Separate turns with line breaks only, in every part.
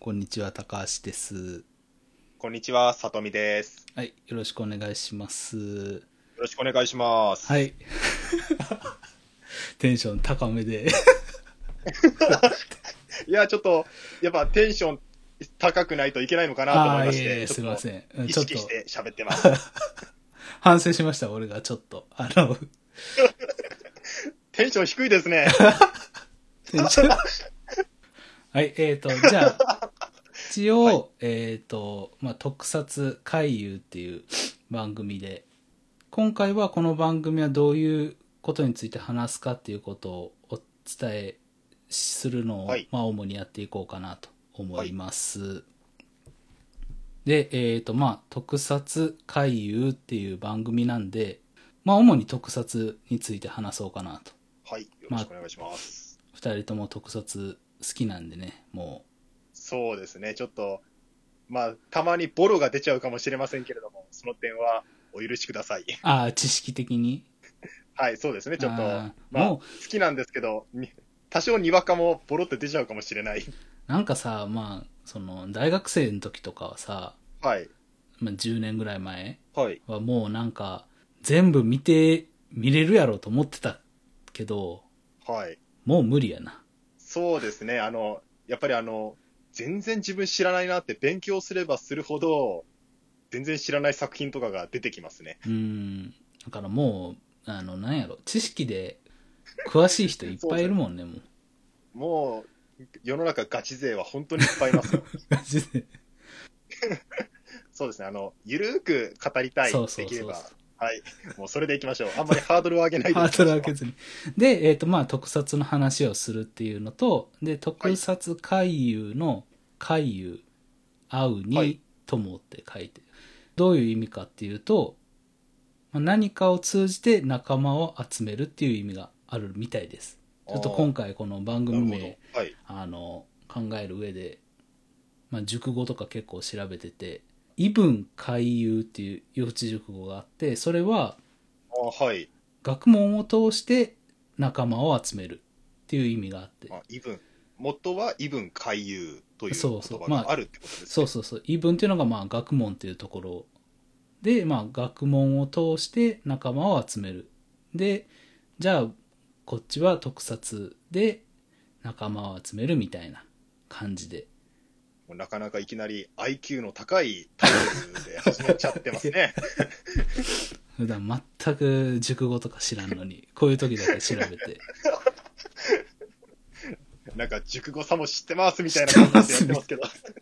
こんにちは、高橋です。
こんにちは、さとみです。
はい、よろしくお願いします。
よろしくお願いします。
はい。 テンション高めで。
いや、ちょっと、やっぱテンション高くないといけないのかなと
あ
思い
あ
ま
ー、いえ
し
い
て、
え、す
ち
み
ょ
ま
っと
せん。うん
意
ちょっ
識
と
して喋ってます。
反省しました、俺がちょっと。あの、
テンション低いですね。
テンション はい、えっ、と、じゃあ、一応、
はい
えっ、と、まあ、特撮回遊っていう番組で、今回はこの番組はどういうことについて話すかっていうことをお伝えするのを、
はい
まあ、主にやっていこうかなと思います。で、えっ、と、まあ、特撮回遊っていう番組なんで、まあ、主に特撮について話そうかなと。
はい、よろしくお願いします。
二人とも特撮好きなんでねも
そうですね、ちょっと、まあ、たまにボロが出ちゃうかもしれませんけれども、その点はお許しください。
うああ知識的に
はい、そうですね、ちょっと、
あー
まあ、
も
好きなんですけど、に多少にわかもボロって出ちゃうかもしれない。
なんかさまあその大学生の時とかはさ、
はい。
まあ、10年ぐらい前
はい。
はもうなんか全部見て見れるやろと思ってたけど
はい。
もう無理やな
そうですね、あの、やっぱりあの、全然自分知らないなって勉強すればするほど、全然知らない作品とかが出てきますね。
うんだからもうあのなんやろ知識で詳しい人いっぱいいるもんね もう
もう、世の中ガチ勢は本当にいっぱいいま すよ。
マジで
そうですね、あの、ゆるーく語りたい、
そうそう
できれ
そう
ば
そう。
はい。もうそれでいきましょう。あんまりハードルを上げないで
ハードルを上げずに。で、えっ、と、まあ、特撮の話をするっていうのと、で、特撮回遊の回遊、会う
は
に
い
友って書いて、どういう意味かっていうと、まあ何かを通じて仲間を集めるっていう意味があるみたいです。ちょっと今回この番組
な
名、
るほど。はい。
あの、考える上で、まあ、熟語とか結構調べてて、異文回遊っていう四字熟語があって、それは、
あはい。
学問を通して仲間を集めるっていう意味があって、
あ、異文。元は異文回遊という
そ
言
うそう
葉
まあ
があるってことですね。
そうそうそう言い分っていうのがまあ学問っていうところで、まあ、学問を通して仲間を集めるでじゃあこっちは特撮で仲間を集めるみたいな感じで
もうなかなかいきなり IQ の高いタイトルで始めちゃってますね。
普段全く熟語とか知らんのにこういう時だけ調べて
なんか熟語さも知ってますみたいな感じでやってますけど、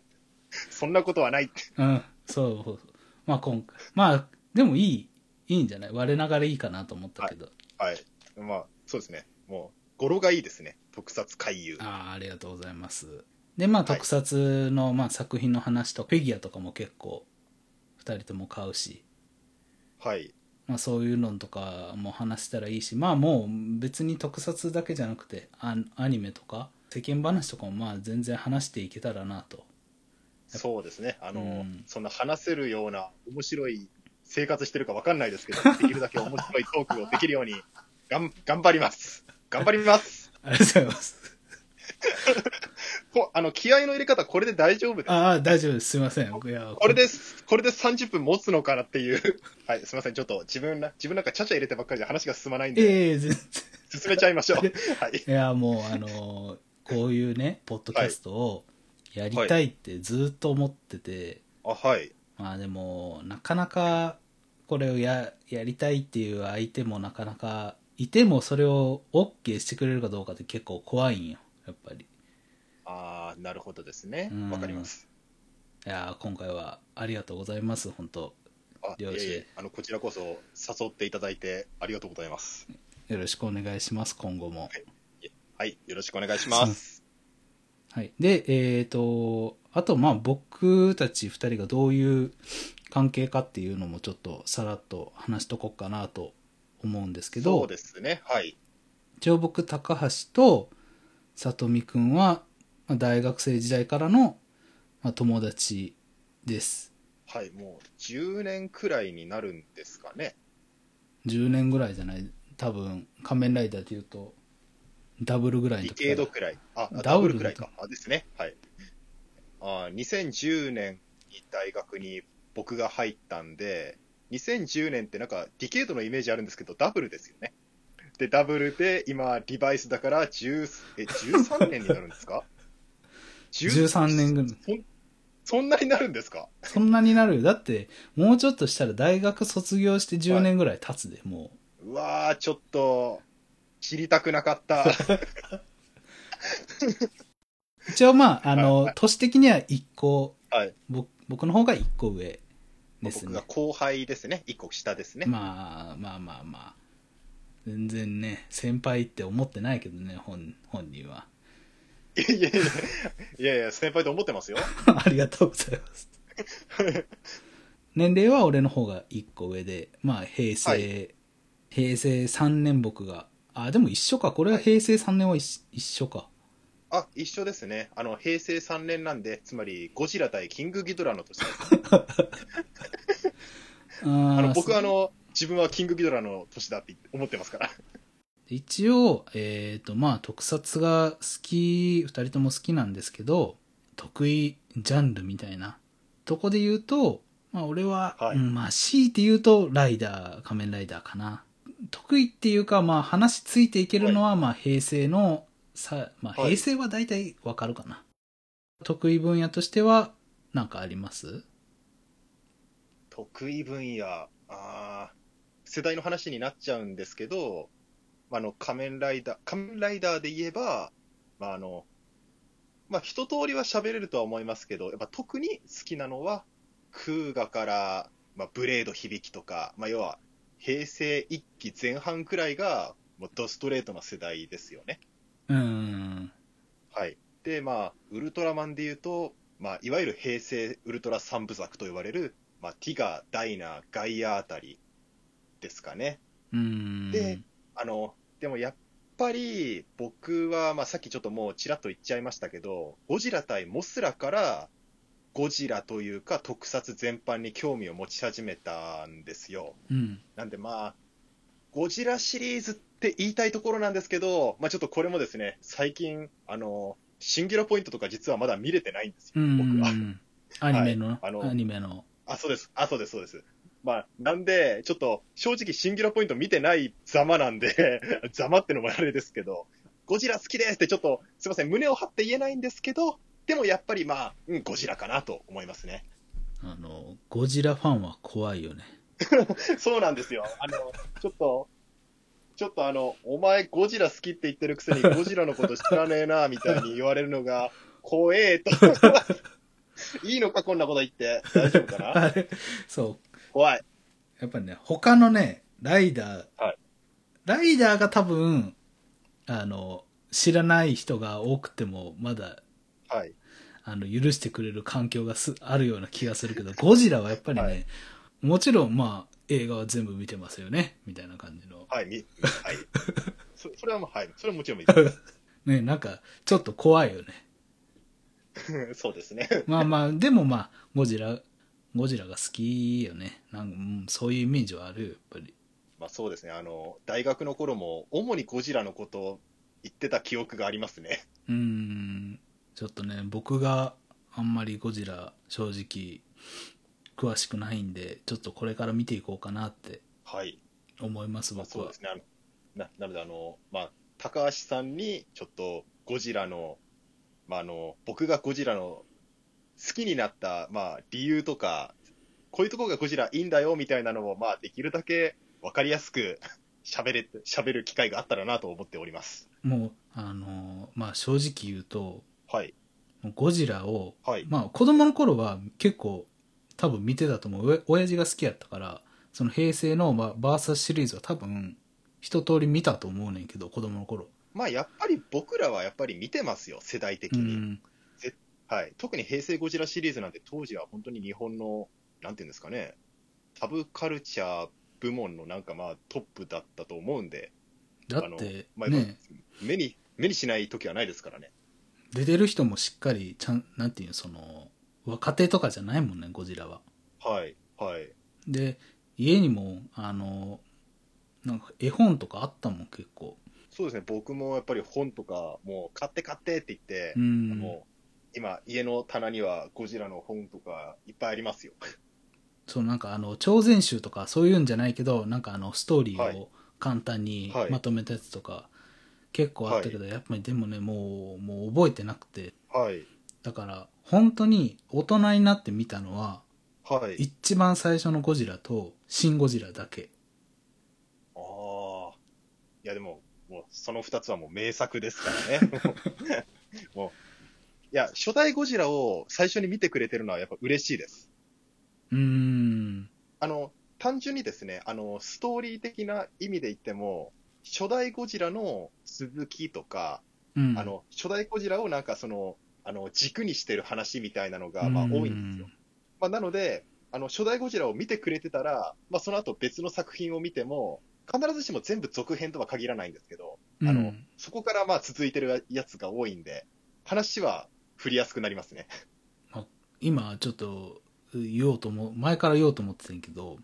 そんなことはないって。
うんそうそうそうまあ今回まあでもいいいいんじゃない我ながらいいかなと思ったけど、
はい。まあ、そうですね。もう、語呂がいいですね。特撮回遊。
ああありがとうございますでまあ特撮の、まあ、作品の話とフィギュアとかも結構2人とも買うし、
はい。
まあ、そういうのとかも話したらいいしまあもう別に特撮だけじゃなくてアアニメとか世間話とかもまあ全然話していけたらなと
そうですね。あの、
うん
そんな話せるような面白い生活してるかわかんないですけど、できるだけ面白いトークをできるように、がん、頑張ります。頑張ります。
ありがとうございます
こあの、気合の入れ方、これで大丈夫です。
ああ大丈夫ですすいませんいや
これです、これで30分持つのかなっていう。はい、すみません。ちょっと自分な、自分なんかちゃちゃ入れてばっかりで話が進まないんで、
ええ全然
進めちゃいましょう。はい。
いやもうあのーこういうねポッドキャストをやりたいってずっと思ってて、
あ、はい。
まあでもなかなかこれをややりたいっていう相手もなかなかいてもそれを OK してくれるかどうかって結構怖いんよやっぱり
ああ、なるほどですね
うん。
わかります。
いやー今回はありがとうございます本当
あ、い
了
え
解
いえ、あの、こちらこそ誘っていただいてありがとうございます。
よろしくお願いします今後も
はい、よろしくお願いします。
はいでえっ、とあとまあ僕たち2人がどういう関係かっていうのもちょっとさらっと話しとこうかなと思うんですけど
そうですね。はい。
一応僕高橋と里美くんはまあ大学生時代からのまあ友達です
はい、もう10年くらいになるんですかね。
10年ぐらいじゃない多分仮面ライダーでいうとダブルぐらいの
ディ
時
ケ
か
ード
ら
くらい。あ、
ダ
ダ
ブ
ブ
ル
ルくらいか。あ、ですね。はい。あー2010年に大学に僕が入ったんで、2010年ってなんかディケードのイメージあるんですけど、ダブルですよね。で、ダブルで今、リバイスだから10え13年になるんですか
13年ぐらい。
そんなになるんですか
そんなになるよ。だって、もうちょっとしたら大学卒業して10年ぐらい経つで、も
うわー、ちょっと、知りたくなか った。
う。一応まあ、あ
はい
の、年的には1個、
はい
僕僕の方が1個上です
僕
ね
が。後輩ですね。一個下ですね。
まあまあまあまあ。全然ね、先輩って思ってないけどね、本本人は。
いやいやいや、いやいや、先輩と思ってますよ。
ありがとうございます。年齢は俺の方が1個上で、まあ平成、
は
平成3年僕が、あ、でも一緒か。これは平成3年は一一緒か。
あ、一緒ですね。あの、平成3年なんで、つまり、ゴジラ対キングギドラの年です。
あ
あ
ー
の、僕あの、自分はキングギドラの年だって思ってますから。
一応、えっ、と、まあ、特撮が好き、二人とも好きなんですけど、得意ジャンルみたいなとこで言うと、まあ、俺は、
はい
うんまあ、強いて言うと、ライダー、仮面ライダーかな。得意っていうか、まあ、話ついていけるのは、まあ、平成の、さ、まあ、
はい
平成は大体わかるかな。得意分野としては、なんかあります
得意分野、あー世代の話になっちゃうんですけど、まああの、仮面ライダー、仮面ライダーで言えば、まあ、あの、まあ、一通りは喋れるとは思いますけど、やっぱ特に好きなのは、空ガから、まあ、ブレード響きとか、まあ、要は、平成一期前半くらいが、もうドストレートな世代ですよね。
うーん。
はい。で、まあ、ウルトラマンで言うと、まあ、いわゆる平成ウルトラ三部作と呼ばれる、まあ、ティガー、ダイナー、ガイアあたりですかね。
うーん。
であの、でもやっぱり、僕は、まあ、さっきちょっともうちらっと言っちゃいましたけど、ゴジラ対モスラから、ゴジラというか特撮全般に興味を持ち始めたんですよ。
うん。
なんでまあ、ゴジラシリーズって言いたいところなんですけど、まあちょっとこれもですね、最近、あの、シンギュラポイントとか実はまだ見れてないんです
う
よ、僕は。
ん。アニメの、
あの
アニメの。
あ、そうです。あ、そうです、そうです。まあ、なんで、ちょっと、正直、シンギュラポイント見てないざまなんで、 ざまってのもあれですけど、ゴジラ好きですってちょっと、すいません、胸を張って言えないんですけど、でもやっぱりまあ、うん、ゴジラかなと思いますね。
あの、ゴジラファンは怖いよね。
そうなんですよ。あの、ちょっと、ちょっとあの、お前ゴジラ好きって言ってるくせにゴジラのこと知らねえな、みたいに言われるのが、怖えと。 いいのか、こんなこと言って。大丈夫かな
あれそう。
怖い。
やっぱりね、他のね、ライダー、
はい
ライダーが多分、あの、知らない人が多くても、まだ、
はい。
あの、許してくれる環境がす、あるような気がするけ ど、ゴジラはやっぱりね、
は
もちろん、まあ、映画は全部見てますよね、みたいな感じの。
はい、み、はい。そそれはもう、はい。それはもちろんいい で
ね、なんか、ちょっと怖いよね。
す。そうですね。
まあま あ、でもまあ、ゴジラ、ゴジラが好きよね。なんか、うん、そういうイメージはあるよ、やっぱり。
まあそうですね。あの、大学の頃も、主にゴジラのことを言ってた記憶がありますね。
うーんちょっとね僕があんまりゴジラ正直詳しくないんでちょっとこれから見ていこうかなって
はい。
思います
まあ、
僕
そう
は
ですね、あのななのであの、まあ、高橋さんにちょっとゴジラの,、まあ、あの、僕がゴジラの好きになった、まあ、理由とか、こういうところがゴジラいいんだよみたいなのを、まあ、できるだけ分かりやすく喋れ喋る機会があったらなと思っております。
もうあのーまあ正直言うと
はい、
もうゴジラを
はい、
まあ子供の頃は結構多分見てたと思うおや親父が好きやったからその平成の、まあ、バーサスシリーズは多分一通り見たと思うねんけど子供の頃
まあ、やっぱり僕らはやっぱり見てますよ、世代的
う
に。
ん
はい、特に平成ゴジラシリーズなんて当時は本当に日本の、なんていうんですかね、サブカルチャー部門のなんかまあトップだったと思うんで、
だって
まあやっぱ
ね
目に、目にしない時はないですからね。
出てる人もしっかりちゃんなんていうのその若手とかじゃないもんねゴジラは
はい、はい。
で家にもあのなんか絵本とかあったもん結構
そうですね、僕もやっぱり本とか、もう買って買ってって言って
う、ん
も今、家の棚にはゴジラの本とかいっぱいありますよ。
そうなんかあの超全集とかそういうんじゃないけどなんかあのストーリ
は
ーを
い
簡単に
はい
まとめたやつとか、結構あったけど、やっぱりでもねもうもう覚えてなくて
はい。
だから本当に大人になって見たのは
はい。
一番最初のゴジラとシン・ゴジラだけ
ああ。いや、でも、もう、その二つはもう名作ですからね。も うもう、いや、初代ゴジラを最初に見てくれてるのはやっぱ嬉しいです。
うーん
あの、単純にですね、あの、ストーリー的な意味で言っても、初代ゴジラの続きとか、
うん
あの、初代ゴジラをなんかその、あの、軸にしてる話みたいなのが、まあ多いんですよ。まあ、なので、あの初代ゴジラを見てくれてたら、まあ、その後別の作品を見ても、必ずしも全部続編とは限らないんですけど、
うん
あ
う
の
ん
そこからまあ続いてるやつが多いんで、話は振りやすくなりますね。
今ちょっと言おうと思う前から言おうと思ってたんやけど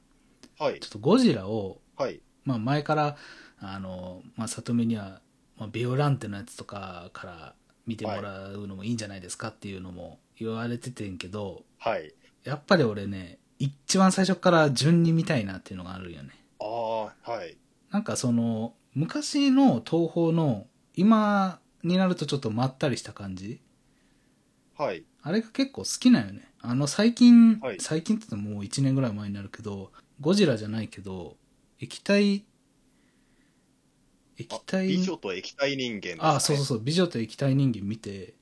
はい
ちょ、っとゴジラを
はい、
まあ、前からあの、まあ、里見には、まあ、ビオランテのやつとかから見てもらうのもいいんじゃないですかっていうのも言われててんけど
はい。
やっぱり俺ね一番最初から順に見たいなっていうのがあるよね
ああ、はい。
なんかその昔の東宝の今になるとちょっとまったりした感じ
はい。
あれが結構好きなんよねあの最近、
はい
最近って言ってももう1年ぐらい前になるけどゴジラじゃないけど液体液
あ
体
美女と液体人間です、ね。
あそうそうそう「美女と液体人間」見て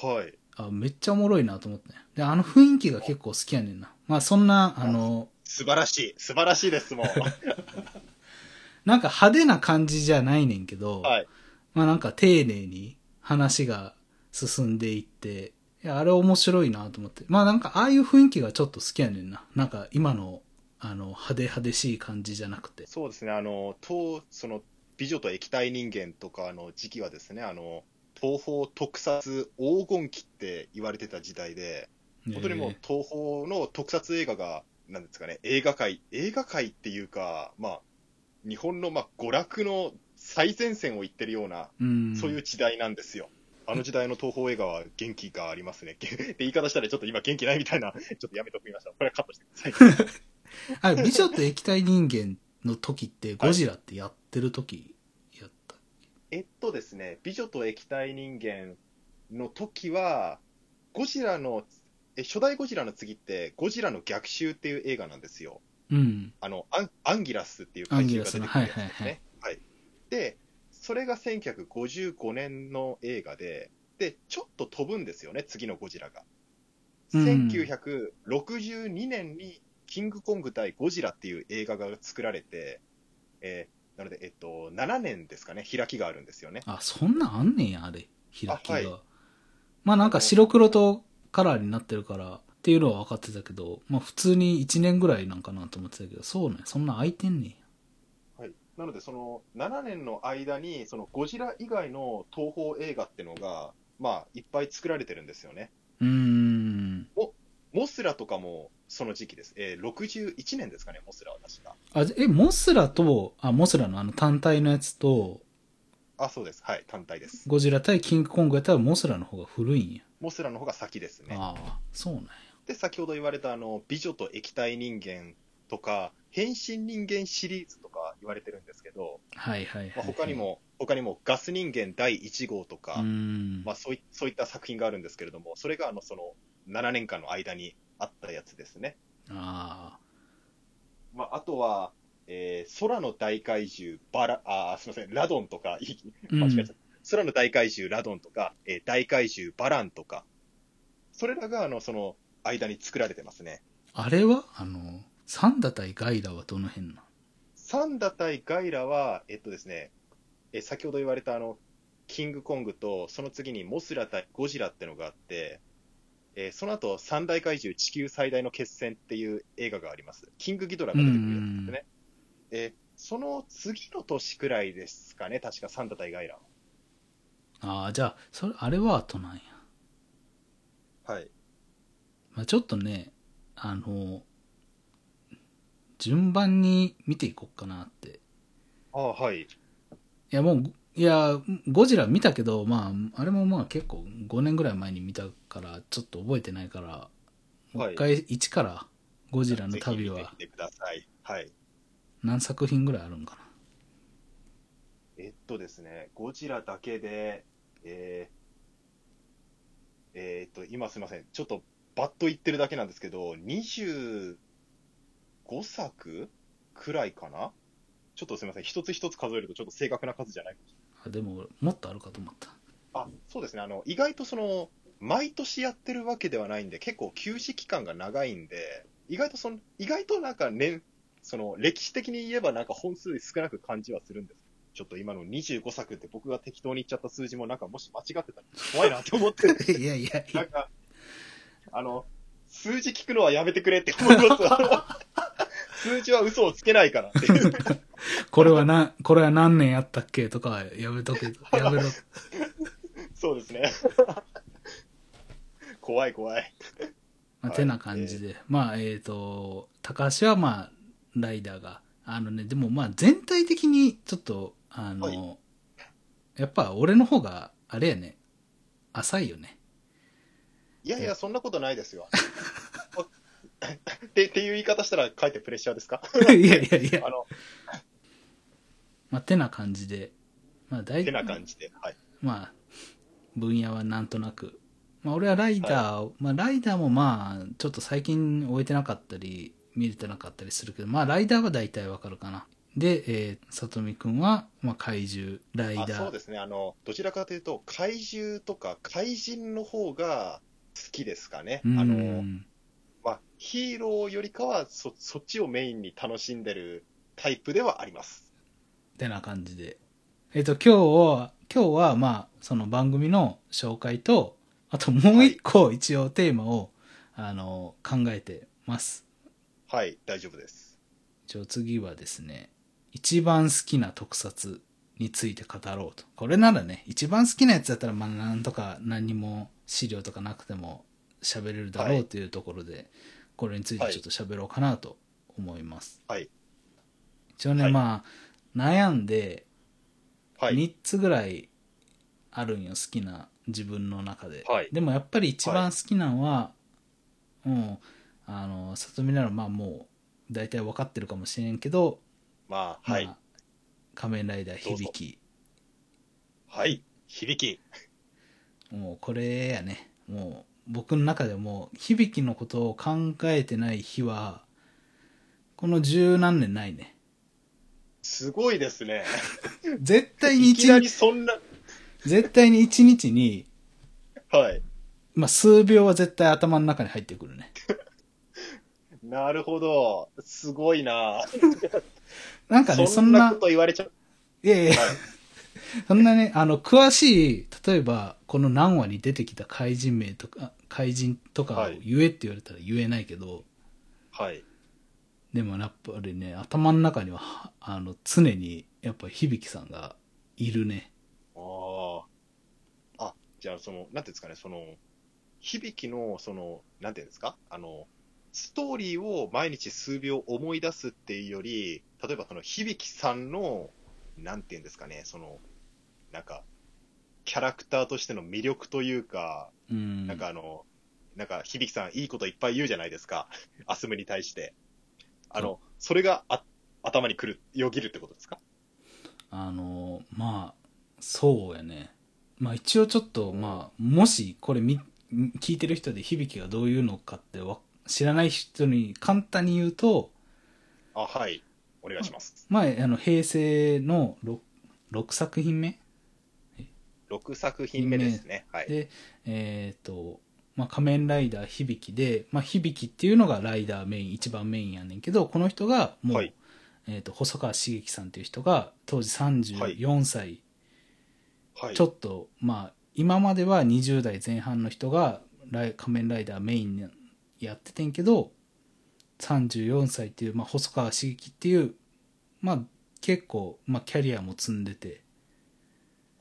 はい。
あめっちゃおもろいなと思ってねであの雰囲気が結構好きやねんなまあそんなあの
素晴らしい。素晴らしいです、もう。
なんか派手な感じじゃないねんけど、
はい。
まあなんか丁寧に話が進んでいっていやあれ面白いなと思ってまあなんかああいう雰囲気がちょっと好きやねんななんか今のあの派手派手しい感じじゃなくて
そうですね、あの、当、その、美女と液体人間とかの時期はですね、あの、東宝特撮黄金期って言われてた時代で、本当にもう
え
東宝の特撮映画が、なんですかね、映画界、映画界っていうか、まあ、日本のまあ娯楽の最前線を行ってるような、
ーうん
そういう時代なんですよ。あの時代の東宝映画は元気がありますね。 で言い方したらちょっと今元気ないみたいな、ちょっとやめときました。これはカットしてください。
あれ美女と液体人間の時ってゴジラってやってる時やった、
えっとですね、美女と液体人間の時は、ゴジラの、え初代ゴジラの次って、ゴジラの逆襲っていう映画なんですよ。
うん
あのアンアンギラスっていう怪獣が出てくるやつ
アンギラス
です
のはい
ね。はいで、それが1955年の映画で、で、ちょっと飛ぶんですよね、次のゴジラが。
うん
1962年に、キングコング対ゴジラっていう映画が作られて、えーなので、えっと、7年ですかね、開きがあるんですよね。
あ、そんなんあんねんや、あれ。開きが。
あはい
まあなんか白黒とカラーになってるからっていうのは分かってたけど、まあ普通に1年ぐらいなんかなと思ってたけど、そうね、そんな空いてんねんや。
はい、なので、その7年の間に、そのゴジラ以外の東宝映画ってのが、まあ、いっぱい作られてるんですよね。
うーん。
モスラとかもその時期です。えー、61年ですかね、モスラは確か。
あ、え、モスラと、あ、モスラのあの単体のやつと、
あ、そうです。はい、単体です。
ゴジラ対キングコングやったらモスラの方が古いんや。
モスラの方が先ですね。
ああ、そうなんや。
で、先ほど言われた、あの、美女と液体人間とか、変身人間シリーズとか言われてるんですけど、
はいはいはい、はい
まあ、他に。も、他にもガス人間第1号と
う
か、
ーん。
まあ、そういそういった作品があるんですけれども、それが、あの、その、7年間の間にあったやつですね。
ああ。
まあ、あとは、えー空の大怪獣、バラ、あー、すみません、ラドンとか、い
うん
間違えちゃった。空の大怪獣ラドンとか、えー大怪獣バランとか、それらがあのその間に作られてますね。
あれはあの、サンダ対ガイラはどの辺なん
サンダ対ガイラは、えっとですね、えー先ほど言われたあの、キングコングと、その次にモスラ対ゴジラってのがあって、えーその後、三大怪獣地球最大の決戦っていう映画があります。キングギドラが出てくるやつですね。えーその次の年くらいですかね、確かサンダ対ガイラは。
ああ、じゃあ、それ、あれは後なんや。
はい。
まあ、ちょっとね、あの、順番に見ていこうかなって。
ああ、はい。
いや、もう、いや、ゴジラ見たけど、まあ、あれもまあ結構5年ぐらい前に見たから、ちょっと覚えてないから、もう一回一からゴジラの旅
ぜひ
は
見てみてください。はい。
何作品ぐらいあるんか
えっとですね、ゴジラだけで、えーえーっと、今すみません、ちょっとバッと言ってるだけなんですけど、25作くらいかなちょっとすみません、一つ一つ数えるとちょっと正確な数じゃない。
なあでも、もっとあるかと思った。。
あ、そうですね、あの、意外とその、毎年やってるわけではないんで、結構休止期間が長いんで、意外とその、意外となんか年、その、歴史的に言えばなんか本数少なく感じはするんです。ちょっと今の25作って僕が適当に言っちゃった数字もなんかもし間違ってたら怖いなって思ってる
いやいやい
なん
や、
か、あの、数字聞くのはやめてくれって思います。あの数字は嘘をつけないからっていう。
これはな、これは何年やったっけとか、やめとけ、やめろ。
そうですね。怖い怖い。
まあ、
はい
てな感じで、まあ、えっ、と、高橋はまあ、ライダーが、あのね、でもまあ、全体的にちょっと、あの、
は
やっぱ俺の方が、あれやね、浅いよ ね。
いやいや、そんなことないですよ。 ってっていう言い方したら、かえってプレッシャーですか
いやいやいや、
あの、
まあ、てな感じで、まあ、大
てな感じで。はい。
まあ、分野はなんとなく。まあ、俺はライダー、まあ、ライダーもまあ、ちょっと最近終えてなかったり、見れてなかったりするけど、まあ、ライダーは大体わかるかな。で、えー、さとみくんは、まあ、怪獣、ライダ
あそう
ー。
ですね。あの、どちらかというと、怪獣とか怪人の方が好きですかね。
う
あ
ん
の、まあ、ヒーローよりかはそ、そっちをメインに楽しんでるタイプではあります。
てな感じで。えっ、と、今日は、今日は、まあ、その番組の紹介と、あともう一個、一応テーマを、あの、考えてます。
はい、大丈夫です。
一応次はですね、一番好きな特撮について語ろうと。これならね、一番好きなやつだったら、まあ、なんとか何も資料とかなくても喋れるだろ
は
う
い
というところで、これについてちょっと喋ろうかなと思います。
はい
一応ね、
はい
まあ、悩んで、
はい。
3つぐらいあるんよ好きな自分の中で、
はい
でもやっぱり一番好きなのは、もうあの里見ならまあもう大体分かってるかもしれんけど、
まあ、はい
ま。あ仮面ライダー
どうぞ
響き
はい。響き。
もうこれやねもう僕の中でもう響きのことを考えてない日はこの十何年ないね
すごいで すね。
絶対に
い
一
きな
日
りそんな、
絶対に一日に、
はい。
まあ、数秒は絶対頭の中に入ってくるね
なるほど。すごいな。
なんかね
そ
そ
ん
ん
な
な
こと言われちゃう。
いやいや
はい
そんなね、あの、詳しい、例えば、この何話に出てきた怪人名とか、怪人とかを
はい
言えって言われたら言えないけど、
はい。
でもやっぱりね、頭の中には、はあの、常に、やっぱ響さんがいるね。
ああ。あ、じゃあ、その、なんていうんですかね、その、響きの、その、なんていうんですか、あの、ストーリーを毎日数秒思い出すっていうより、例えばその響きさんの、なんていうんですかね、その、なんか、キャラクターとしての魅力というか、
うん。
なんかあの、なんか響さんいいこといっぱい言うじゃないです か。アスムに対して。あの、それがあ頭にくる、よぎるってことですか
あの、まあ、そうやね。まあ一応ちょっと、まあ、もしこれみ、聞いてる人で響がどういうのかってわ知らない人に簡単に言うと、
あ、はい。お願いします。
前、あの、平成の 6, 6作品目
6作品目ですね。はい。
で、えっ、と、まあ、仮面ライダー響きで、まあ、響きっていうのがライダーメイン、一番メインやねんけど、この人がもう、
はい
えっ、と、細川茂樹さんっていう人が、当時34歳、
はい
ちょ。っと、まあ、今までは20代前半の人がライ仮面ライダーメインやっててんけど、34歳っていう、まあ、細川茂樹っていう、まあ、結構、まあ、キャリアも積んでて、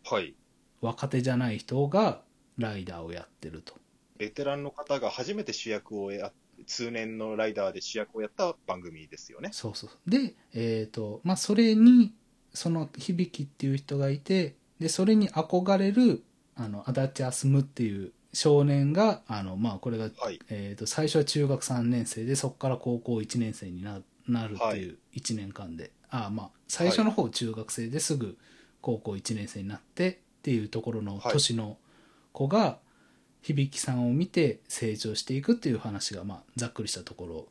はい。
若手じゃない人がライダーをやってると。
ベテランの方が初めて主役をや、通年のライダーで主役をやった番組ですよね。
そうそうでえっ、とまあそれにその響っていう人がいてでそれに憧れるあの足立あすむっていう少年があの、まあ、これが、
はい。
えー、と最初は中学3年生でそこから高校1年生にななるっていう1年間で、あまあ、最初の方中学生ですぐ高校1年生になってっていうところの
はい
年の子が響さんを見て成長していくっていう話が、まあ、ざっくりしたところ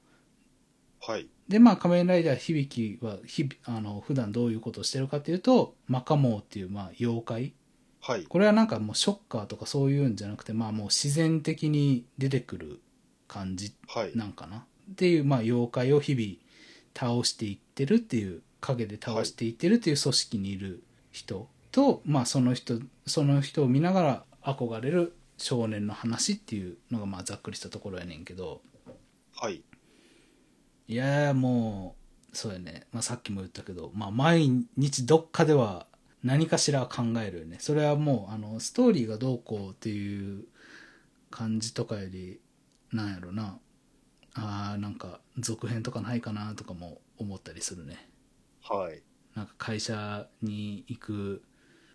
はい。
でまあ仮面ライダー響はひびあの普段どういうことをしてるかっていうとマカモウっていうまあ妖怪
はい。
これはなんかもうショッカーとかそういうんじゃなくてまあもう自然的に出てくる感じ
はい。
なんかなっていうまあ妖怪を日々倒していってるっていう影で倒していってるっていう組織にいる人とまあその人その人を見ながら憧れる少年の話っていうのがまあざっくりしたところやねんけど
はい。
いやーもうそうやね、まあ、さっきも言ったけど、まあ、毎日どっかでは何かしら考えるよねそれはもうあのストーリーがどうこうっていう感じとかよりなんやろなあーなんか続編とかないかなとかも思ったりするね
はい。
なんか会社に行く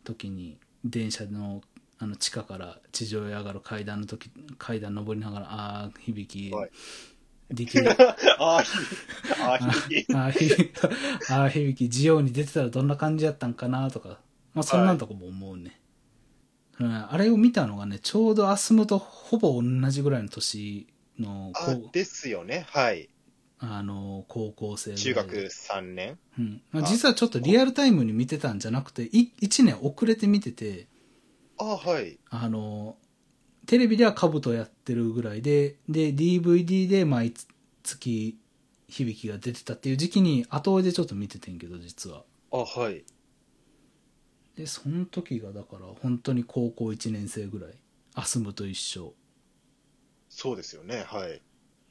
時に電車のあの地下から地上へ上がる階段の時階段登りながらああー響き、
はい
できる
ああ、ひああ、ひ
あーひ びき、あーひびき、ジオに出てたらどんな感じやったんかなとか、まあそんなんとこも思うね。うんあれを見たのがね、ちょうどアスムとほぼ同じぐらいの年のこ
あ
う、
ですよね。はい。
あの、高校生ぐらい
中学
で。
3年。
うん。まあ
あ
実はちょっとリアルタイムに見てたんじゃなくて、1年遅れて見てて、
ああ、はい。
あの、テレビではカブトやってるぐらいで、で、DVD で毎月、響きが出てたっていう時期に後追いでちょっと見ててんけど、実は。
ああ、はい。
でその時がだから本当に高校1年生ぐらいアスムと一緒
そうですよね。はい。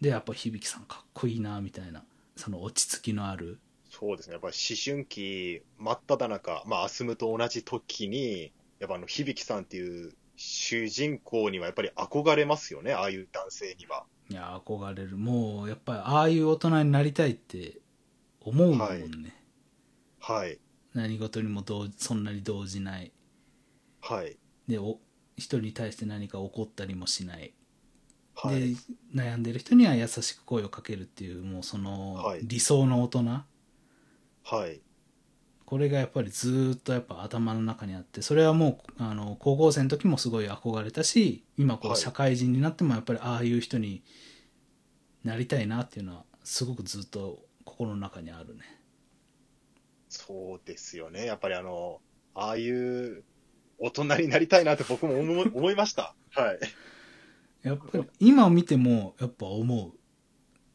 でやっぱ響さんかっこいいなみたいなその落ち着きのある
そうですね。やっぱり思春期真っ只中、まあ、アスムと同じ時に、やっぱあの、響さんっていう主人公にはやっぱり憧れますよね。ああいう男性には。
いや憧れるもうやっぱりああいう大人になりたいって思うもんね、
はいはい。
何事にも動じそんなに動じない
はい。
でお人に対して何か怒ったりもしない、
はい
で。悩んでる人には優しく声をかけるっていうもうその
はい
理想の大人、
はい。
これがやっぱりずーっとやっぱ頭の中にあってそれはもうあの高校生の時もすごい憧れたし今こ
は
う
い
社会人になってもやっぱりああいう人になりたいなっていうのはすごくずっと心の中にあるね
そうですよね。やっぱりあの、ああいう大人になりたいなって僕も思い思いました。はい。
やっぱり今見てもやっぱ思う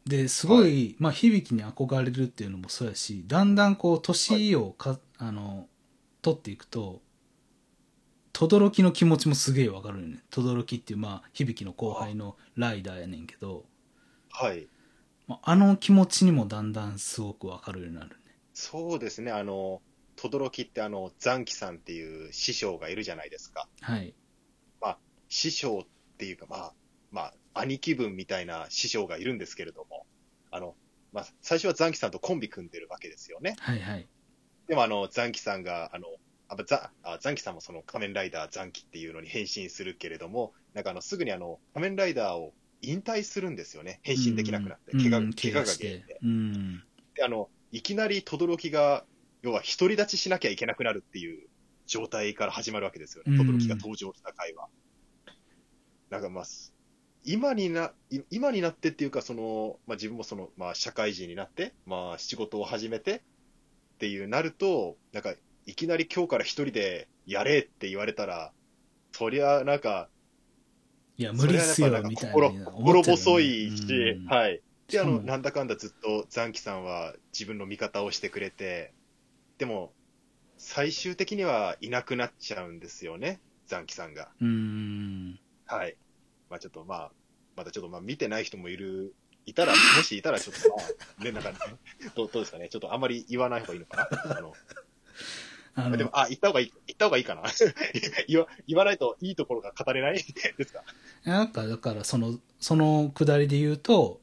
ですごい、
は
まあ響きに憧れるっていうのもそうやしだんだんこう年をか、あの取っていくと轟の気持ちもすげえわかるよね轟っていうまあ響の後輩のライダーやねんけど
はい。
まああの気持ちにもだんだんすごくわかるようになるね
そうですね。あの、轟ってあの、残機さんっていう師匠がいるじゃないですか。
はい
師匠っていうか、まあ、まあ、兄貴分みたいな師匠がいるんですけれども、あの、まあ、最初は残機さんとコンビ組んでるわけですよね。
はいはい
でもあの、残機さんが、あの、あザあ残機さんもその仮面ライダー残機っていうのに変身するけれども、なんかあの、すぐにあの、仮面ライダーを引退するんですよね。変身できなくなって、
うん
怪我、
うん
怪我が原因
して
で。
うん
で、あの、いきなり轟が、要は独り立ちしなきゃいけなくなるっていう状態から始まるわけですよね。
うん
轟が登場した回は。なんかまあ、す今にな、い今になってっていうか、その、まあ自分もその、まあ社会人になって、まあ仕事を始めてっていうなると、なんかいきなり今日から一人でやれって言われたら、そりゃなんか、
いや無
そ
理っ
れはやっ
す
ぱ
よ
なんか
みたいな
心、心細い
思っ
し
ちゃうよねうん、
はい。
し
で、あ
かも
の、なんだかんだずっと残機さんは自分の味方をしてくれて、でも、最終的にはいなくなっちゃうんですよね、残機さんが。
うん
はい。まあちょっとまあ、まだちょっとまあ見てない人もいる、い たら、もしいたらちょっとまあ、ね、なん か、どうどうですかね、ちょっとあんまり言わない方がいいのかな。あの
あ
で
の、
もあ、言った方がいい、言った方がいいかな。 言わ言わないといいところが語れない ですか。
なんかだからそのそのくだりで言うと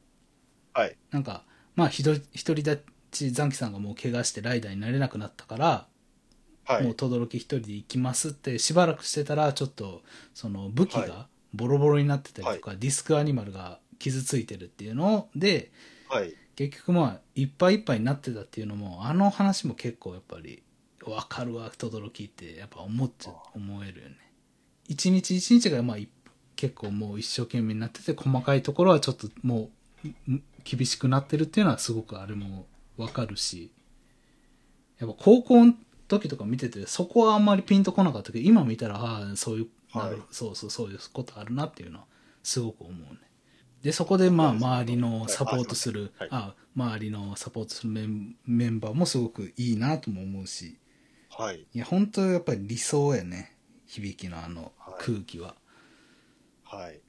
はい。
なんかまあひど独り立ち残機さんがもう怪我してライダーになれなくなったから
はい
もう轟一人で行きますってしばらくしてたらちょっとその武器
は
がボロボロになってたりとか、ディスクアニマルが傷ついてるっていうのをで
はい。
結局まあいっぱいいっぱいになってたっていうのもあの話も結構やっぱりわかるわ轟ってやっぱ思っちゃ思えるよね一日一日がまあい結構もう一生懸命になってて細かいところはちょっともうん厳しくなってるっていうのはすごくあれもわかるしやっぱ高校の時とか見ててそこはあんまりピンとこなかったけど今見たらああそういう、
は
な
い
るそうそうそういうことあるなっていうのはすごく思うねでそこでまあ周りのサポートする、
はい
あ周りのサポートするメンメンバーもすごくいいなとも思うし
はい。
いや本当やっぱり理想やね響きのあの
はい
空気は、
はい。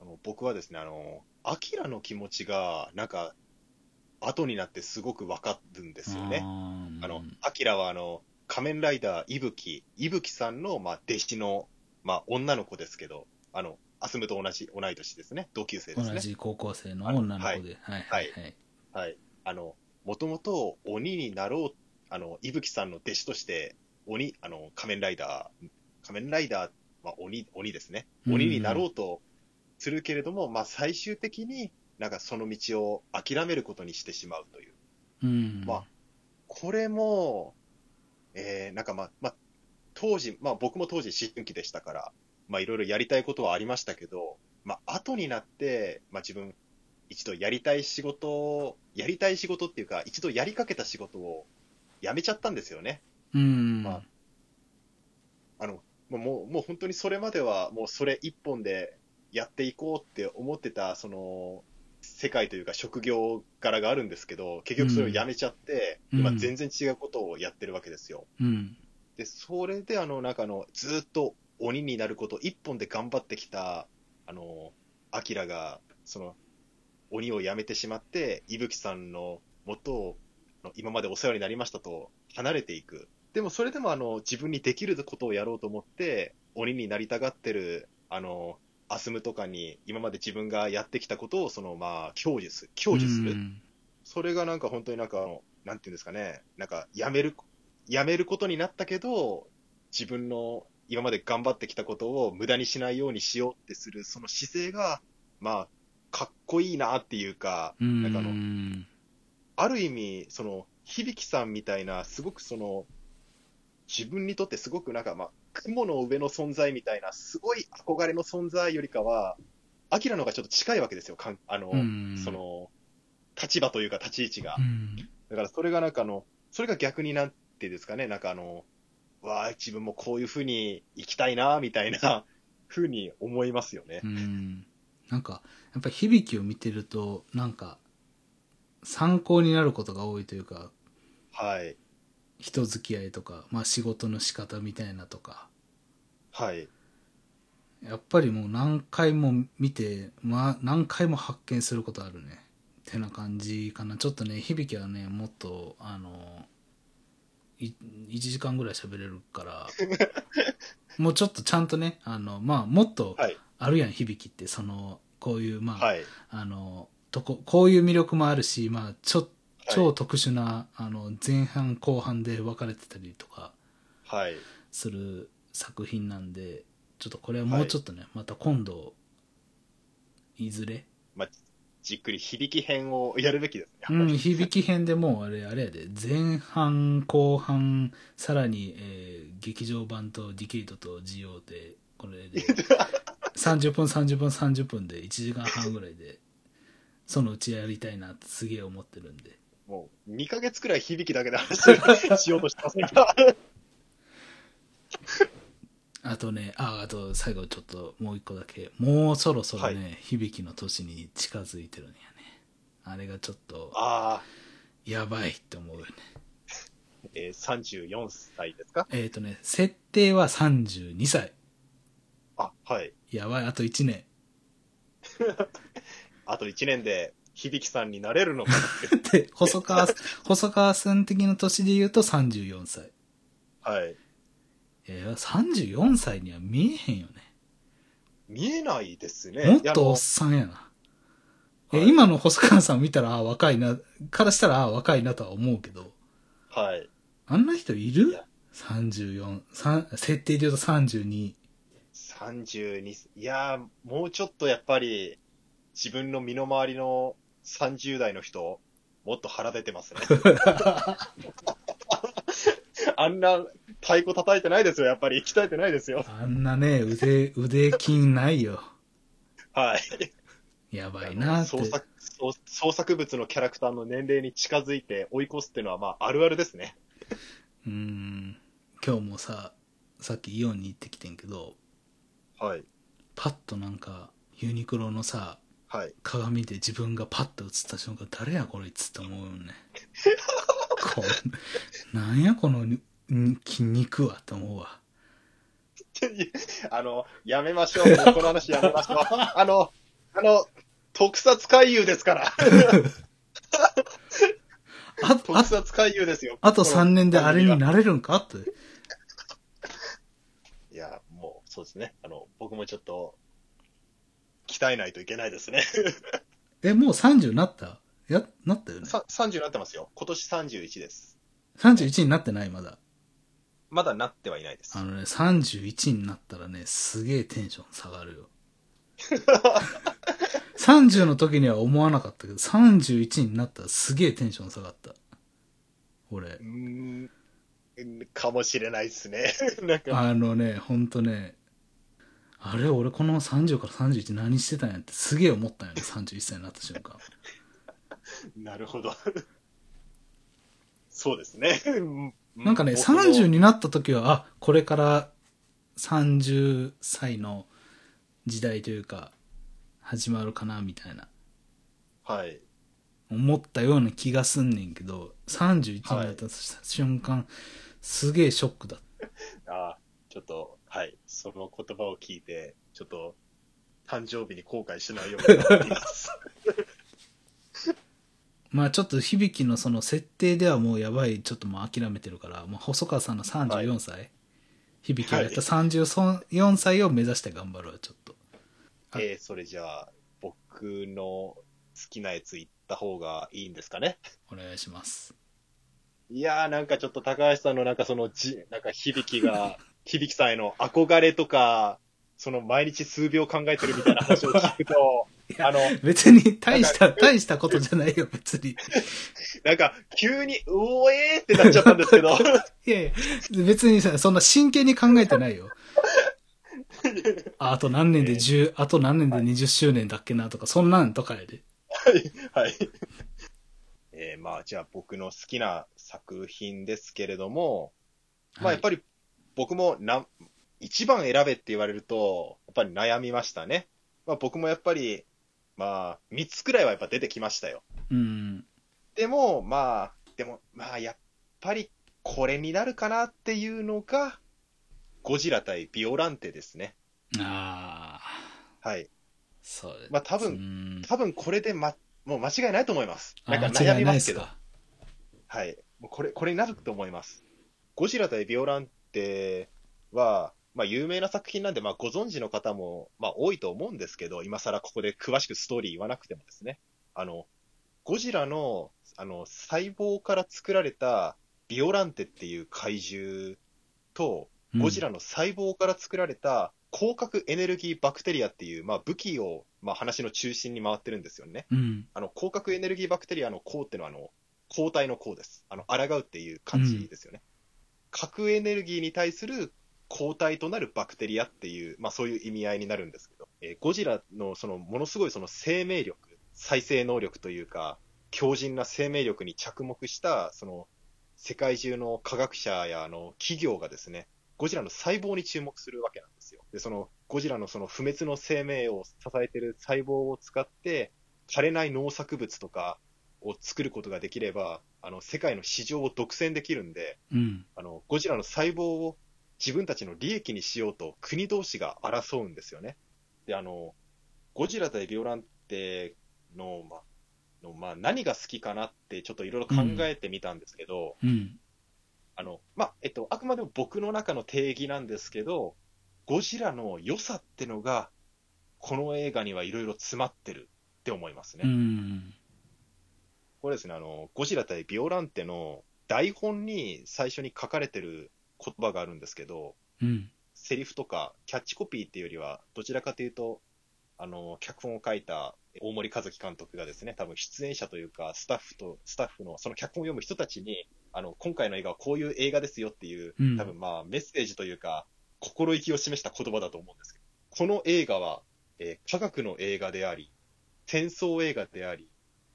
あの僕はですね、あの、アキラの気持ちが、なんか、後になってすごく分かるんですよね。
あ
あ
の
の、アキラはあの、仮面ライダー、伊吹、伊吹さんの、まあ、弟子の、まあ、女の子ですけど、あの、アスムと同じ、同い年ですね、同級生です
同
ね。
じ高校生の女の子ではいはいはい
はい。あの、もともと鬼になろう、あの、伊吹さんの弟子として、鬼、あの、仮面ライダー、仮面ライダー、まあ、鬼、鬼ですね。鬼になろうとするけれども、まあ、最終的になんかその道を諦めることにしてしまうという。
うん
まあこれも、えーなんかまあ、まあ、当時、まあ僕も当時思春期でしたから、まあいろいろやりたいことはありましたけど、まあ後になって、まあ自分、一度やりたい仕事を、やりたい仕事っていうか、一度やりかけた仕事を辞めちゃったんですよね。
うん
まああの、もうもう、もう本当にそれまでは、もうそれ一本でやっていこうって思ってた、その、世界というか職業柄があるんですけど、結局それをやめちゃって、
うん
今
うん
全然違うことをやってるわけですよ。
うん
で、それであの、なんかあの、ずーっと鬼になること、一本で頑張ってきた、あの、アキラが、その、鬼をやめてしまって、伊吹さんの元を、あの今までお世話になりましたと、離れていく。でも、それでもあの、自分にできることをやろうと思って、鬼になりたがってる、あの、アスムとかに、今まで自分がやってきたことを、その、まあ、享受する、享受する。
うん
それがなんか本当になんかあの、なんていうんですかね、なんかやめる、やめることになったけど、自分の今まで頑張ってきたことを無駄にしないようにしようってする、その姿勢が、まあ、かっこいいなっていうか、
うん
なんかあの
うん
ある意味、その、響さんみたいな、すごくその、自分にとってすごくなんか、まあ、雲の上の存在みたいな、すごい憧れの存在よりかは、アキラの方がちょっと近いわけですよ、かんあの、
うん
その、立場というか立ち位置が
う。ん
だからそれがなんかあの、それが逆になんていうんですかね、なんかあの、わあ、自分もこういうふうに生きたいな、みたいな ふうに思いますよね
う。んなんかやっぱ響きを見てるとなんか参考になることが多いというか
はい。
人付き合いとか、まあ、仕事の仕方みたいなとか
はい。
やっぱりもう何回も見て、まあ、何回も発見することあるねてな感じかなちょっとね響きはねもっとあのい1時間ぐらい喋れるから もうちょっとちゃんとねあの、まあ、もっと
はい。
あるやん響きってそのこういうまあ、
はい。
あのとここういう魅力もあるし、まあ、ちょ
は
超
い。
特殊な、あの前半後半で分かれてたりとか
はい。
する作品なんでちょっとこれはもうちょっとね、また今度いずれ、
まあ、じっくり響き編をやるべきです
う
ね。
ん、響き編でもうあれあれやで前半後半さらに、えー劇場版とディケイドとジオでこれ で30分30分30分で1時間半ぐらいでそのうちやりたいなってすげえ思ってるんで
もう、2ヶ月くらい響きだけで話をしようとしてませ んか
あとね、あ、あと最後ちょっともう一個だけ。もうそろそろね、
は
響きの年に近づいてるんやね。あれがちょっと、
ああ、
やばいって思うよね。
えー、34歳ですか
えっ、とね、設定は32歳。
あ、はい。
やばい、あと1年。
あと1年で響さんになれるのか。
で、細川、 細川さん的な年で言うと34歳。
はい。
えー、34歳には見えへんよね。
見えないですね。
もっ
いやあ
とお
の
っさんやな。え
はい
今の細川さん見たら、あ若いな、からしたら、あ若いなとは思うけど、
はい。
あんな人い
い
る
や
34三設定で言うと32
32、いやー、もうちょっとやっぱり、自分の身の回りの30代の人、もっと腹出 てますね。あんな太鼓叩いてないですよ、やっぱり。鍛えてないですよ。
あんなね腕腕筋ないよ
はい。
やばいなって
創作創創作物のキャラクターの年齢に近づいて追い越すっていうのは、まあ、あるあるですね。
うん今日もささっきイオンに行ってきてんけど
はい。
パッとなんかユニクロのさ
はい。
鏡で自分がパッと映った瞬間誰やこれっつって思うよ ねこんなんやこのにに筋肉はと思うわ
あの、やめましょう。もうこの話やめましょう。あの、あの、特撮回遊ですから。
あ
特
あ
撮回遊ですよ。
あと
この
3年であれに
番
なれるんかって
組がいや、もう、そうですね。あの、僕もちょっと、鍛えないといけないですね。
えもう30なったやなったよね
さ30になってますよ。今年31です。
31になってないまだ
まだなってはいないです
あ。のね31になったらねすげえテンション下が るよ30の時には思わなかったけど31になったらすげえテンション下がった俺
うーん、かもしれないですね。なんか、
あのねほんとねあれ俺この30から31何してたんやってすげえ思ったんやね31歳になった瞬間
なるほど。そうですね。うん
なんかね、
僕も
30になった時は、あ、これから30歳の時代というか、始まるかな、みたいな、
はい。
思ったような気がすんねんけど、31になった瞬間、すげえショックだった。
あーちょっと、はい、その言葉を聞いて、ちょっと、誕生日に後悔しないようになっています。
まあちょっと響のその設定ではもうやばい、ちょっともう諦めてるから、まあ細川さんの34歳、響がやった34歳を目指して頑張ろうよ、ちょっと。はい
えー、それじゃあ、僕の好きなやつ言った方がいいんですかね。
お願いします。
いやー、なんかちょっと高橋さんのなんかそのじ、なんか響き が、響きさんへの憧れとか、その毎日数秒考えてるみたいな話を聞くと、あの、
別に大した、大したことじゃないよ、別に。
なんか急に、うおえーってなっちゃったんですけ ど、
いやいや、別にさ、そんな真剣に考えて ないよ。ああと何年で10、あと何年で20周年だっけなとか、そんなんとかやで。
はい。えーまあ、じゃあ僕の好きな作品ですけれども、まあやっぱり僕もな、一番選べって言われると、やっぱり悩みましたね。まあ僕もやっぱり、まあ、三つくらいはやっぱ出てきましたよ。
り。うん。
でも、まあ、でも、まあやっぱりこれになるかなっていうのが、ゴジラ対ビオランテですね。
ああ、
はい。
そうです。
まあ多
う
分
ん
多分これでま、もう間違いないと思います。
あ
なんか
間違
悩
い
み
ない
ま
っ
すけど。
か
はい。もうこれ、これになると思います。ゴジラ対ビオランテは、まあ有名な作品なんで、まあご存知の方も、まあ多いと思うんですけど、今更ここで詳しくストーリー言わなくてもですね。あの、ゴジラの、あの、細胞から作られたビオランテっていう怪獣と、
うん
ゴジラの細胞から作られた広角エネルギーバクテリアっていう、まあ武器を、まあ話の中心に回ってるんですよね。
うん。
あの、広角エネルギーバクテリアの抗っていうのは、あの、抗体の抗です。あの、抗うっていう感じですよね。核エネルギーに対する抗体となるバクテリアっていう、まあそういう意味合いになるんですけど、えーゴジラのその、ものすごいその生命力、再生能力というか、強靭な生命力に着目した、その、世界中の科学者やあの企業がですね、ゴジラの細胞に注目するわけなんですよ。で、そのゴジラのその不滅の生命を支えている細胞を使って、枯れない農作物とかを作ることができれば、あの世界の市場を独占できるんで、
うん。
あのゴジラの細胞を自分たちの利益にしようと国同士が争うんですよね。で、あの、ゴジラ対ビオランテの、ま、の、まあ、何が好きかなってちょっといろいろ考えてみたんですけど、
うん。
あの、まあ、えっと、あくまでも僕の中の定義なんですけど、ゴジラの良さってのが、この映画にはいろいろ詰まってるって思いますね。
うん。
これですね、あの、ゴジラ対ビオランテの台本に最初に書かれてる言葉があるんですけど、
うん。
セリフとかキャッチコピーっていうよりは、どちらかというと、あの、脚本を書いた大森和樹監督がですね、多分出演者というか、スタッフと、スタッフのその脚本を読む人たちに、あの、今回の映画はこういう映画ですよっていう
うん、
多分まあメッセージというか、心意気を示した言葉だと思うんですけど、この映画は、えー科学の映画であり、戦争映画であり、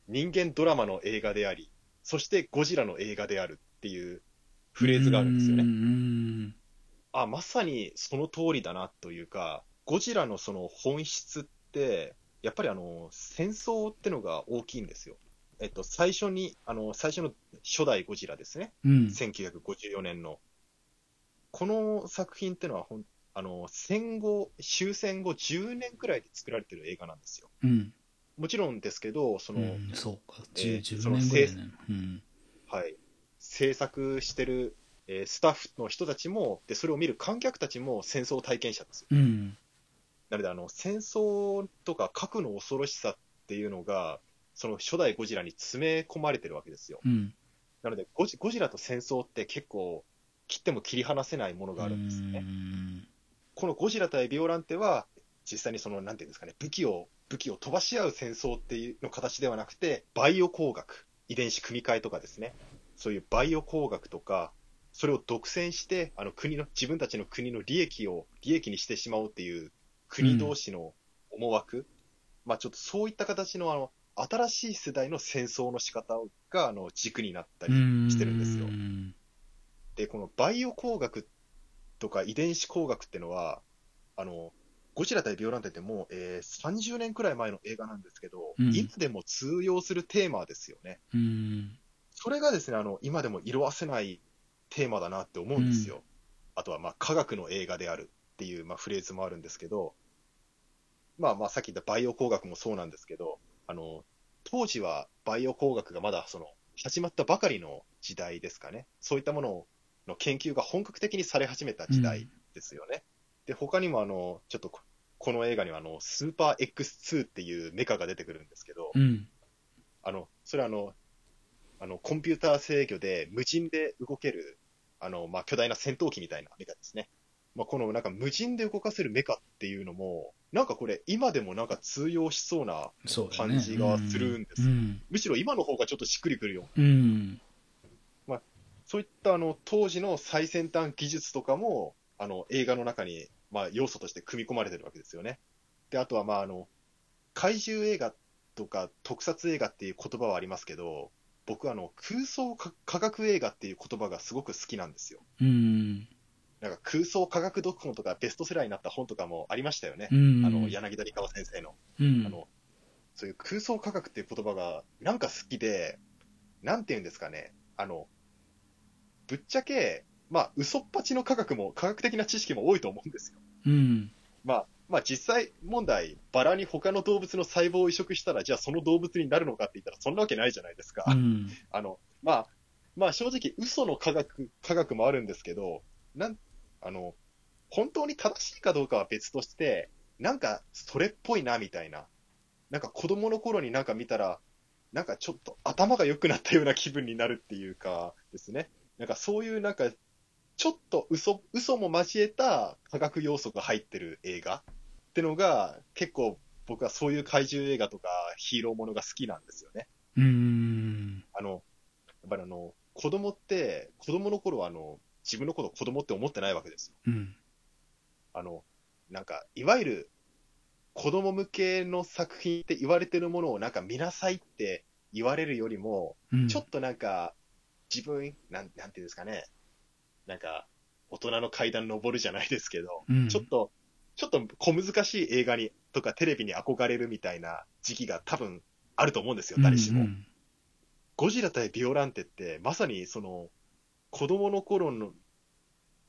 人間ドラマの映画であり、そしてゴジラの映画であるっていうフレーズがあるんですよね
う。ん
あ、まさにその通りだなというか、ゴジラのその本質って、やっぱりあの、戦争ってのが大きいんですよ。えっと、最初に、あの、最初の初代ゴジラですね。
うん。うん。
1954年の。この作品ってのはほん、あの、戦後、終戦後10年くらいで作られてる映画なんですよ。
うん。
もちろんですけど、その、
うんそうか。
え
10
ー
10
その
年ぐらいね。うん。
はい、制作してる、えースタッフの人たちもで、それを見る観客たちも戦争体験者ですよ
うん。
なのであの戦争とか核の恐ろしさっていうのがその初代ゴジラに詰め込まれてるわけですよ
うん。
なのでゴジゴジラと戦争って結構切っても切り離せないものがあるんですね
うん
このゴジラ対ビオランテは実際にそのなんていうんですかね武器を武器を飛ばし合う戦争っていうの形ではなくてバイオ工学遺伝子組み換えとかですねそういうバイオ工学とかそれを独占してあの国の自分たちの国の利益を利益にしてしまおうっていう国同士の思惑、まあちょっとそういった形のあの新しい世代の戦争の仕方があの軸になったりしてるんですよ
うん
で、このバイオ工学とか遺伝子工学ってのは、あの、ゴジラ対ビオランテってもう、えー30年くらい前の映画なんですけど、
うん
今でも通用するテーマですよね。
うん。
それがですね、あの、今でも色褪せないテーマだなって思うんですよ。あとは、まあ、科学の映画であるっていう、まあ、フレーズもあるんですけど、まあまあ、さっき言ったバイオ工学もそうなんですけど、あの、当時はバイオ工学がまだその、始まったばかりの時代ですかね。そういったものの研究が本格的にされ始めた時代ですよね。で、他にもあの、ちょっとこ、この映画にはあの、スーパー X2 っていうメカが出てくるんですけど、
うん。
あの、それはあの、あの、コンピューター制御で無人で動ける、あの、まあ、巨大な戦闘機みたいなメカですね。まあ、このなんか無人で動かせるメカっていうのも、なんかこれ今でもなんか通用しそうな、
そうだね。
感じがするんですよ
うん。
むしろ今の方がちょっとしっくりくるよう
う
な、
ん。
そういったあの、当時の最先端技術とかも、あの、映画の中に、まあ、要素として組み込まれてるわけですよね。で、あとはまあ、あの、怪獣映画とか特撮映画っていう言葉はありますけど、僕はあの、空想か科学映画っていう言葉がすごく好きなんですよ。
うん。
なんか空想科学読本とかベストセラーになった本とかもありましたよね
う。ん。
あの、柳田理香先生の。
うん
あの、そういう空想科学っていう言葉がなんか好きで、なんて言うんですかね、あの、ぶっちゃけ、まあ、嘘っぱちの科学も、科学的な知識も多いと思うんですよ。
うん。
まあ、まあ実際問題、バラに他の動物の細胞を移植したら、じゃあその動物になるのかって言ったら、そんなわけないじゃないですか。
うん。
あの、まあ、まあ正直嘘の科学、科学もあるんですけど、なん、あの、本当に正しいかどうかは別として、なんかそれっぽいなみたいな。なんか子供の頃になんか見たら、なんかちょっと頭が良くなったような気分になるっていうかですね。なんかそういうなんか、ちょっと嘘、嘘も交えた科学要素が入ってる映画ってのが結構僕はそういう怪獣映画とかヒーローものが好きなんですよね。
うん。
あの、やっぱりあの、子供って、子供の頃はあの、自分のこと子供って思ってないわけですよ。
うん。
あの、なんか、いわゆる、子供向けの作品って言われてるものをなんか見なさいって言われるよりも、
うん。
ちょっとなんか、自分、なん、なんていうんですかね、なんか、大人の階段登るじゃないですけど、
うん
ちょっと、ちょっと小難しい映画に、とかテレビに憧れるみたいな時期が多分あると思うんですよ、誰しも。
うん
ゴジラ対ビオランテって、まさにその、子供の頃の、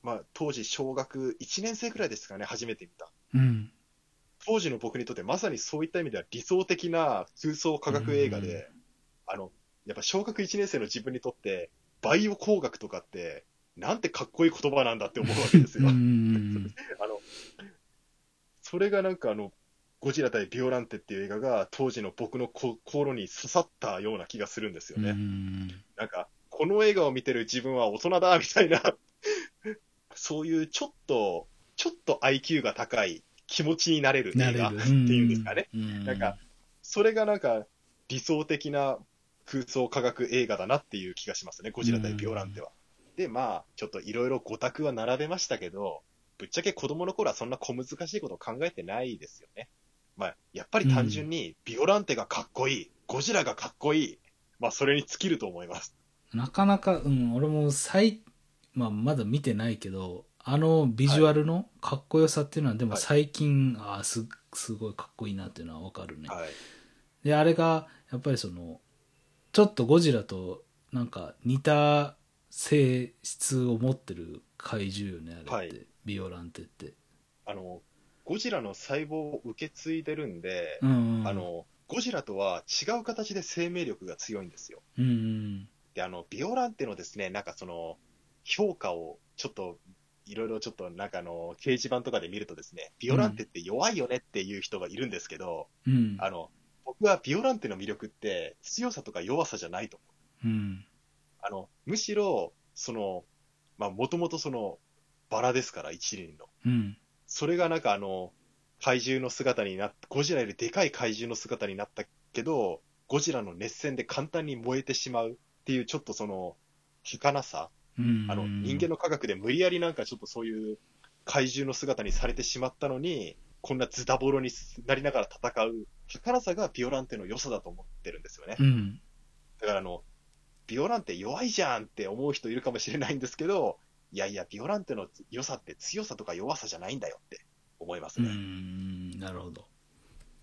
まあ当時小学1年生くらいですかね、初めて見た。
うん。うん
当時の僕にとってまさにそういった意味では理想的な空想科学映画
うん
で、あの、やっぱ小学1年生の自分にとって、バイオ工学とかって、なんてかっこいい言葉なんだって思うわけです
う
よ。
ん。
あの、それがなんかあの、ゴジラ対ビオランテっていう映画が当時の僕のこ心に刺さったような気がするんですよね。
うん
なんか、この映画を見てる自分は大人だ、みたいな そういうちょっと、ちょっと IQ が高い気持ちになれる
な
映
れ
画
る。
っていうんですかね。
う。
なんか、それがなんか理想的な空想科学映画だなっていう気がしますね、ゴジラ対ビオランテは。で、まあ、ちょっといろいろ五択は並べましたけど、ぶっちゃけ子供の頃はそんな小難しいこと考えてないですよね。まあ、やっぱり単純にビオランテがかっこいい、ゴジラがかっこいい、まあ、それに尽きると思います。
なかなか、うん、俺も最、まあ、まだ見てないけど、あのビジュアルのかっこよさっていうのは、でも
はい
最近、ああ、す、すごいかっこいいなっていうのはわかるね。
はい。
で、あれが、やっぱりその、ちょっとゴジラとなんか似た性質を持ってる怪獣よね、あれって。ビオランテって。
あの、ゴジラの細胞を受け継いでるんで、
うん、うん。
あ、の、ゴジラとは違う形で生命力が強いんですよ。
うんうん。
で、あの、ビオランテのですね、なんかその、評価を、ちょっと、いろいろちょっと、なんかあの、掲示板とかで見るとですね、ビオランテって弱いよねっていう人がいるんですけど、
うん。
あの、僕はビオランテの魅力って、強さとか弱さじゃないと思う。
うん。
あの、むしろ、その、まあ、もともとその、バラですから、一輪の。
うん。
それがなんかあの、怪獣の姿になっゴジラよりでかい怪獣の姿になったけど、ゴジラの熱戦で簡単に燃えてしまうっていう、ちょっとその、儚さ、
うん。
あの、人間の科学で無理やりなんかちょっとそういう怪獣の姿にされてしまったのに、こんなズダボロになりながら戦う、儚さがビオランテの良さだと思ってるんですよね。
うん。
だからあの、ビオランテ弱いじゃんって思う人いるかもしれないんですけど、いやいや、ビオランテの良さって強さとか弱さじゃないんだよって思います
う
ね。
ん。なるほど。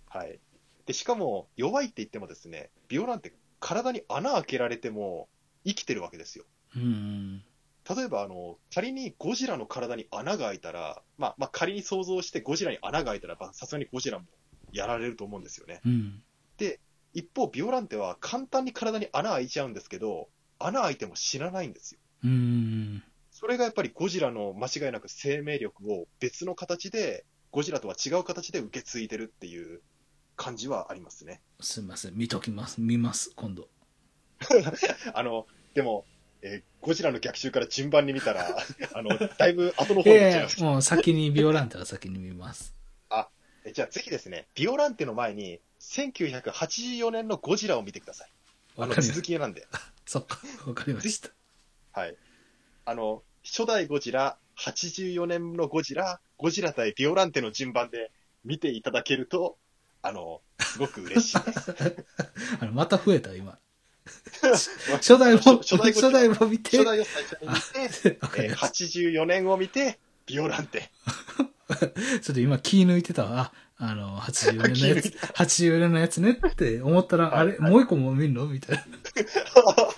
はい。で、しかも、弱いって言ってもですね、ビオランテ体に穴開けられても生きてるわけですよ。
うん。
例えば、あの、仮にゴジラの体に穴が開いたら、まあ、まあ、仮に想像してゴジラに穴が開いたら、まあさすがにゴジラもやられると思うんですよね。
うん。
一方、ビオランテは簡単に体に穴開いちゃうんですけど、穴開いても死なないんですよ。
うん。
それがやっぱりゴジラの間違いなく生命力を別の形で、ゴジラとは違う形で受け継いでるっていう感じはありますね。
すみません。見ときます。見ます、今度。
あの、でも、えーゴジラの逆襲から順番に見た ら、あの、だいぶ後の方に行っちゃい
え
ますけ
え、
ど
もう先に、ビオランテは先に見ます。
えじゃあぜひですね、ビオランテの前に、1984年のゴジラを見てください。あ
わ
の、
かりま
続
した。
きなんで。
そっか、わかりました。
はい。あの、初代ゴジラ、84年のゴジラ、ゴジラ対ビオランテの順番で見ていただけると、あの、すごく嬉しいです。
あの、また増えた、今。 初代も、初
初代ゴジラ
代も見て
初。代を最初に見て、
わか
え
り
ー
まし
84年を見て、ビオランテ。
た。ちょっと今気抜いてたわ。ああの、84年のやつ
気、
84年のやつねって思ったら、
は
あ
い
れ、もう一個も見んのみたいな。
は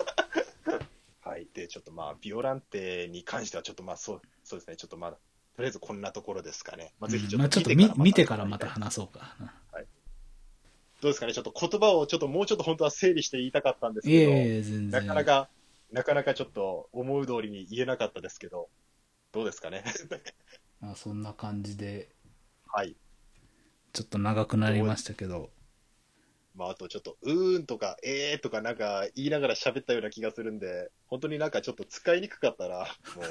い。で、ちょっとまあ、ビオランテに関しては、ちょっとまあ、そう、そうですね。ちょっとまだ、とりあえずこんなところですかね。まあ、ぜひち
うんま
ょ
あ
っ
ち
と
ょっと
見
見
てからまた。
見てからまた話そうか。
どうですかね。ちょっと言葉をちょっともうちょっと本当は整理して言いたかったんです
いえ
け
い
ど、
え、全
な
然。
かなか、なかなかちょっと思う通りに言えなかったですけど、どうですかね。
まあそんな感じで、
はい。
ちょっと長くなりましたけど。
まあ、あとちょっと、うーんとか、えーとかなんか言いながら喋ったような気がするんで、本当になんかちょっと使いにくかったら、もう、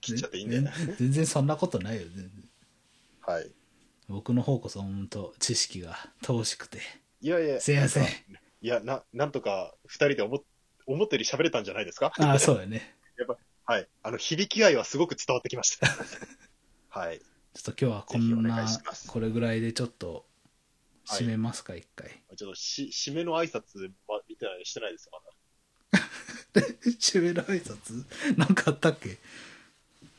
切っちゃっていいんで。
全全然そんなことないよ、全然。
はい。
僕の方こそ本当知識が乏しくて
いやいや、
すいません
なかいや、な、なんとか二人で思っ思ったより喋れたんじゃないですか
ああそうやね
はい。あの、響き合いはすごく伝わってきま した。はい。
ちょっと今日はこん
ぜひお
な
願いします
これぐらいでちょっと締めますか一回、
ちょっとし、締めの挨拶、ま、見てない、してないですか、まだ。
締めの挨拶なんかあったっけ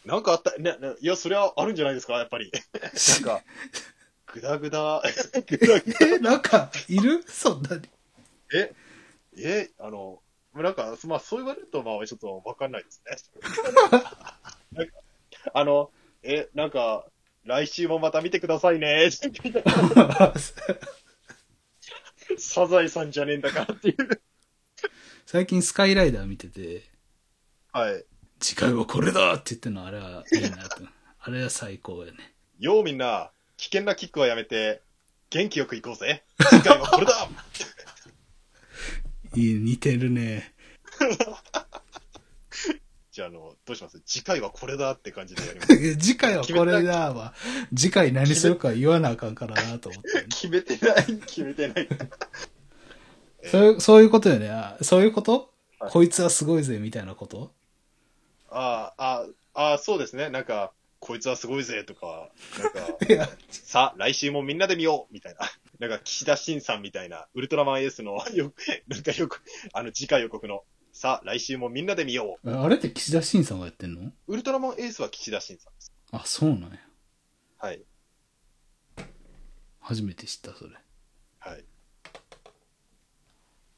なんかあった、ね、ねいや、それはあるんじゃないですか、やっぱり。なん か、ぐだぐだ、ぐだぐだ、
えなんかいるそんなに
え、え、あの、なんか、まあ、そう言われると、まあ、ちょっとわかんないですね。なんか、あの、え、なんか、来週もまた見てくださいね。 サザエさんじゃねえんだからっていう。
最近スカイライダー見てて
はい。
次回はこれだって言ってるのあれはいいなとあれは最高やね
ようみんな、危険なキックはやめて、元気よく行こうぜ。次回はこれ だ
いい似てるね
じゃあ、あの、どうします次回はこれだって感じでやります。
次回はこれだわ。次回何するか言わなあかんからなと思って。
決めてない、決めてない。
そういう、そういうことよね。あそういうこと、
はい
こいつはすごいぜ、みたいなこと
ああ、ああ、そうですね。なんか、こいつはすごいぜとか、なんか、
いや、
さあ、来週もみんなで見ようみたいな。なんか、岸田新さんみたいな、ウルトラマンエースの、よなんかよく、あの、次回予告の、さあ、来週もみんなで見よ
あれって岸田新さんがやってんの
う。ウルトラマンエースは岸田新さんです。
あ、そうなんや。
はい。
初めて知った、それ。
はい。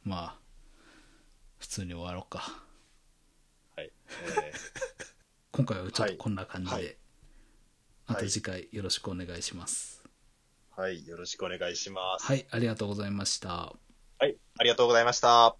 まあ、普通に終わろうか。
え
今回はちょっ
は
と
い
こんな感じで。
はい
あと
はい
次回よろしくお願いします。
ーはい。よろしくお願いします。
はい、ありがとうございました。
はい。ありがとうございました。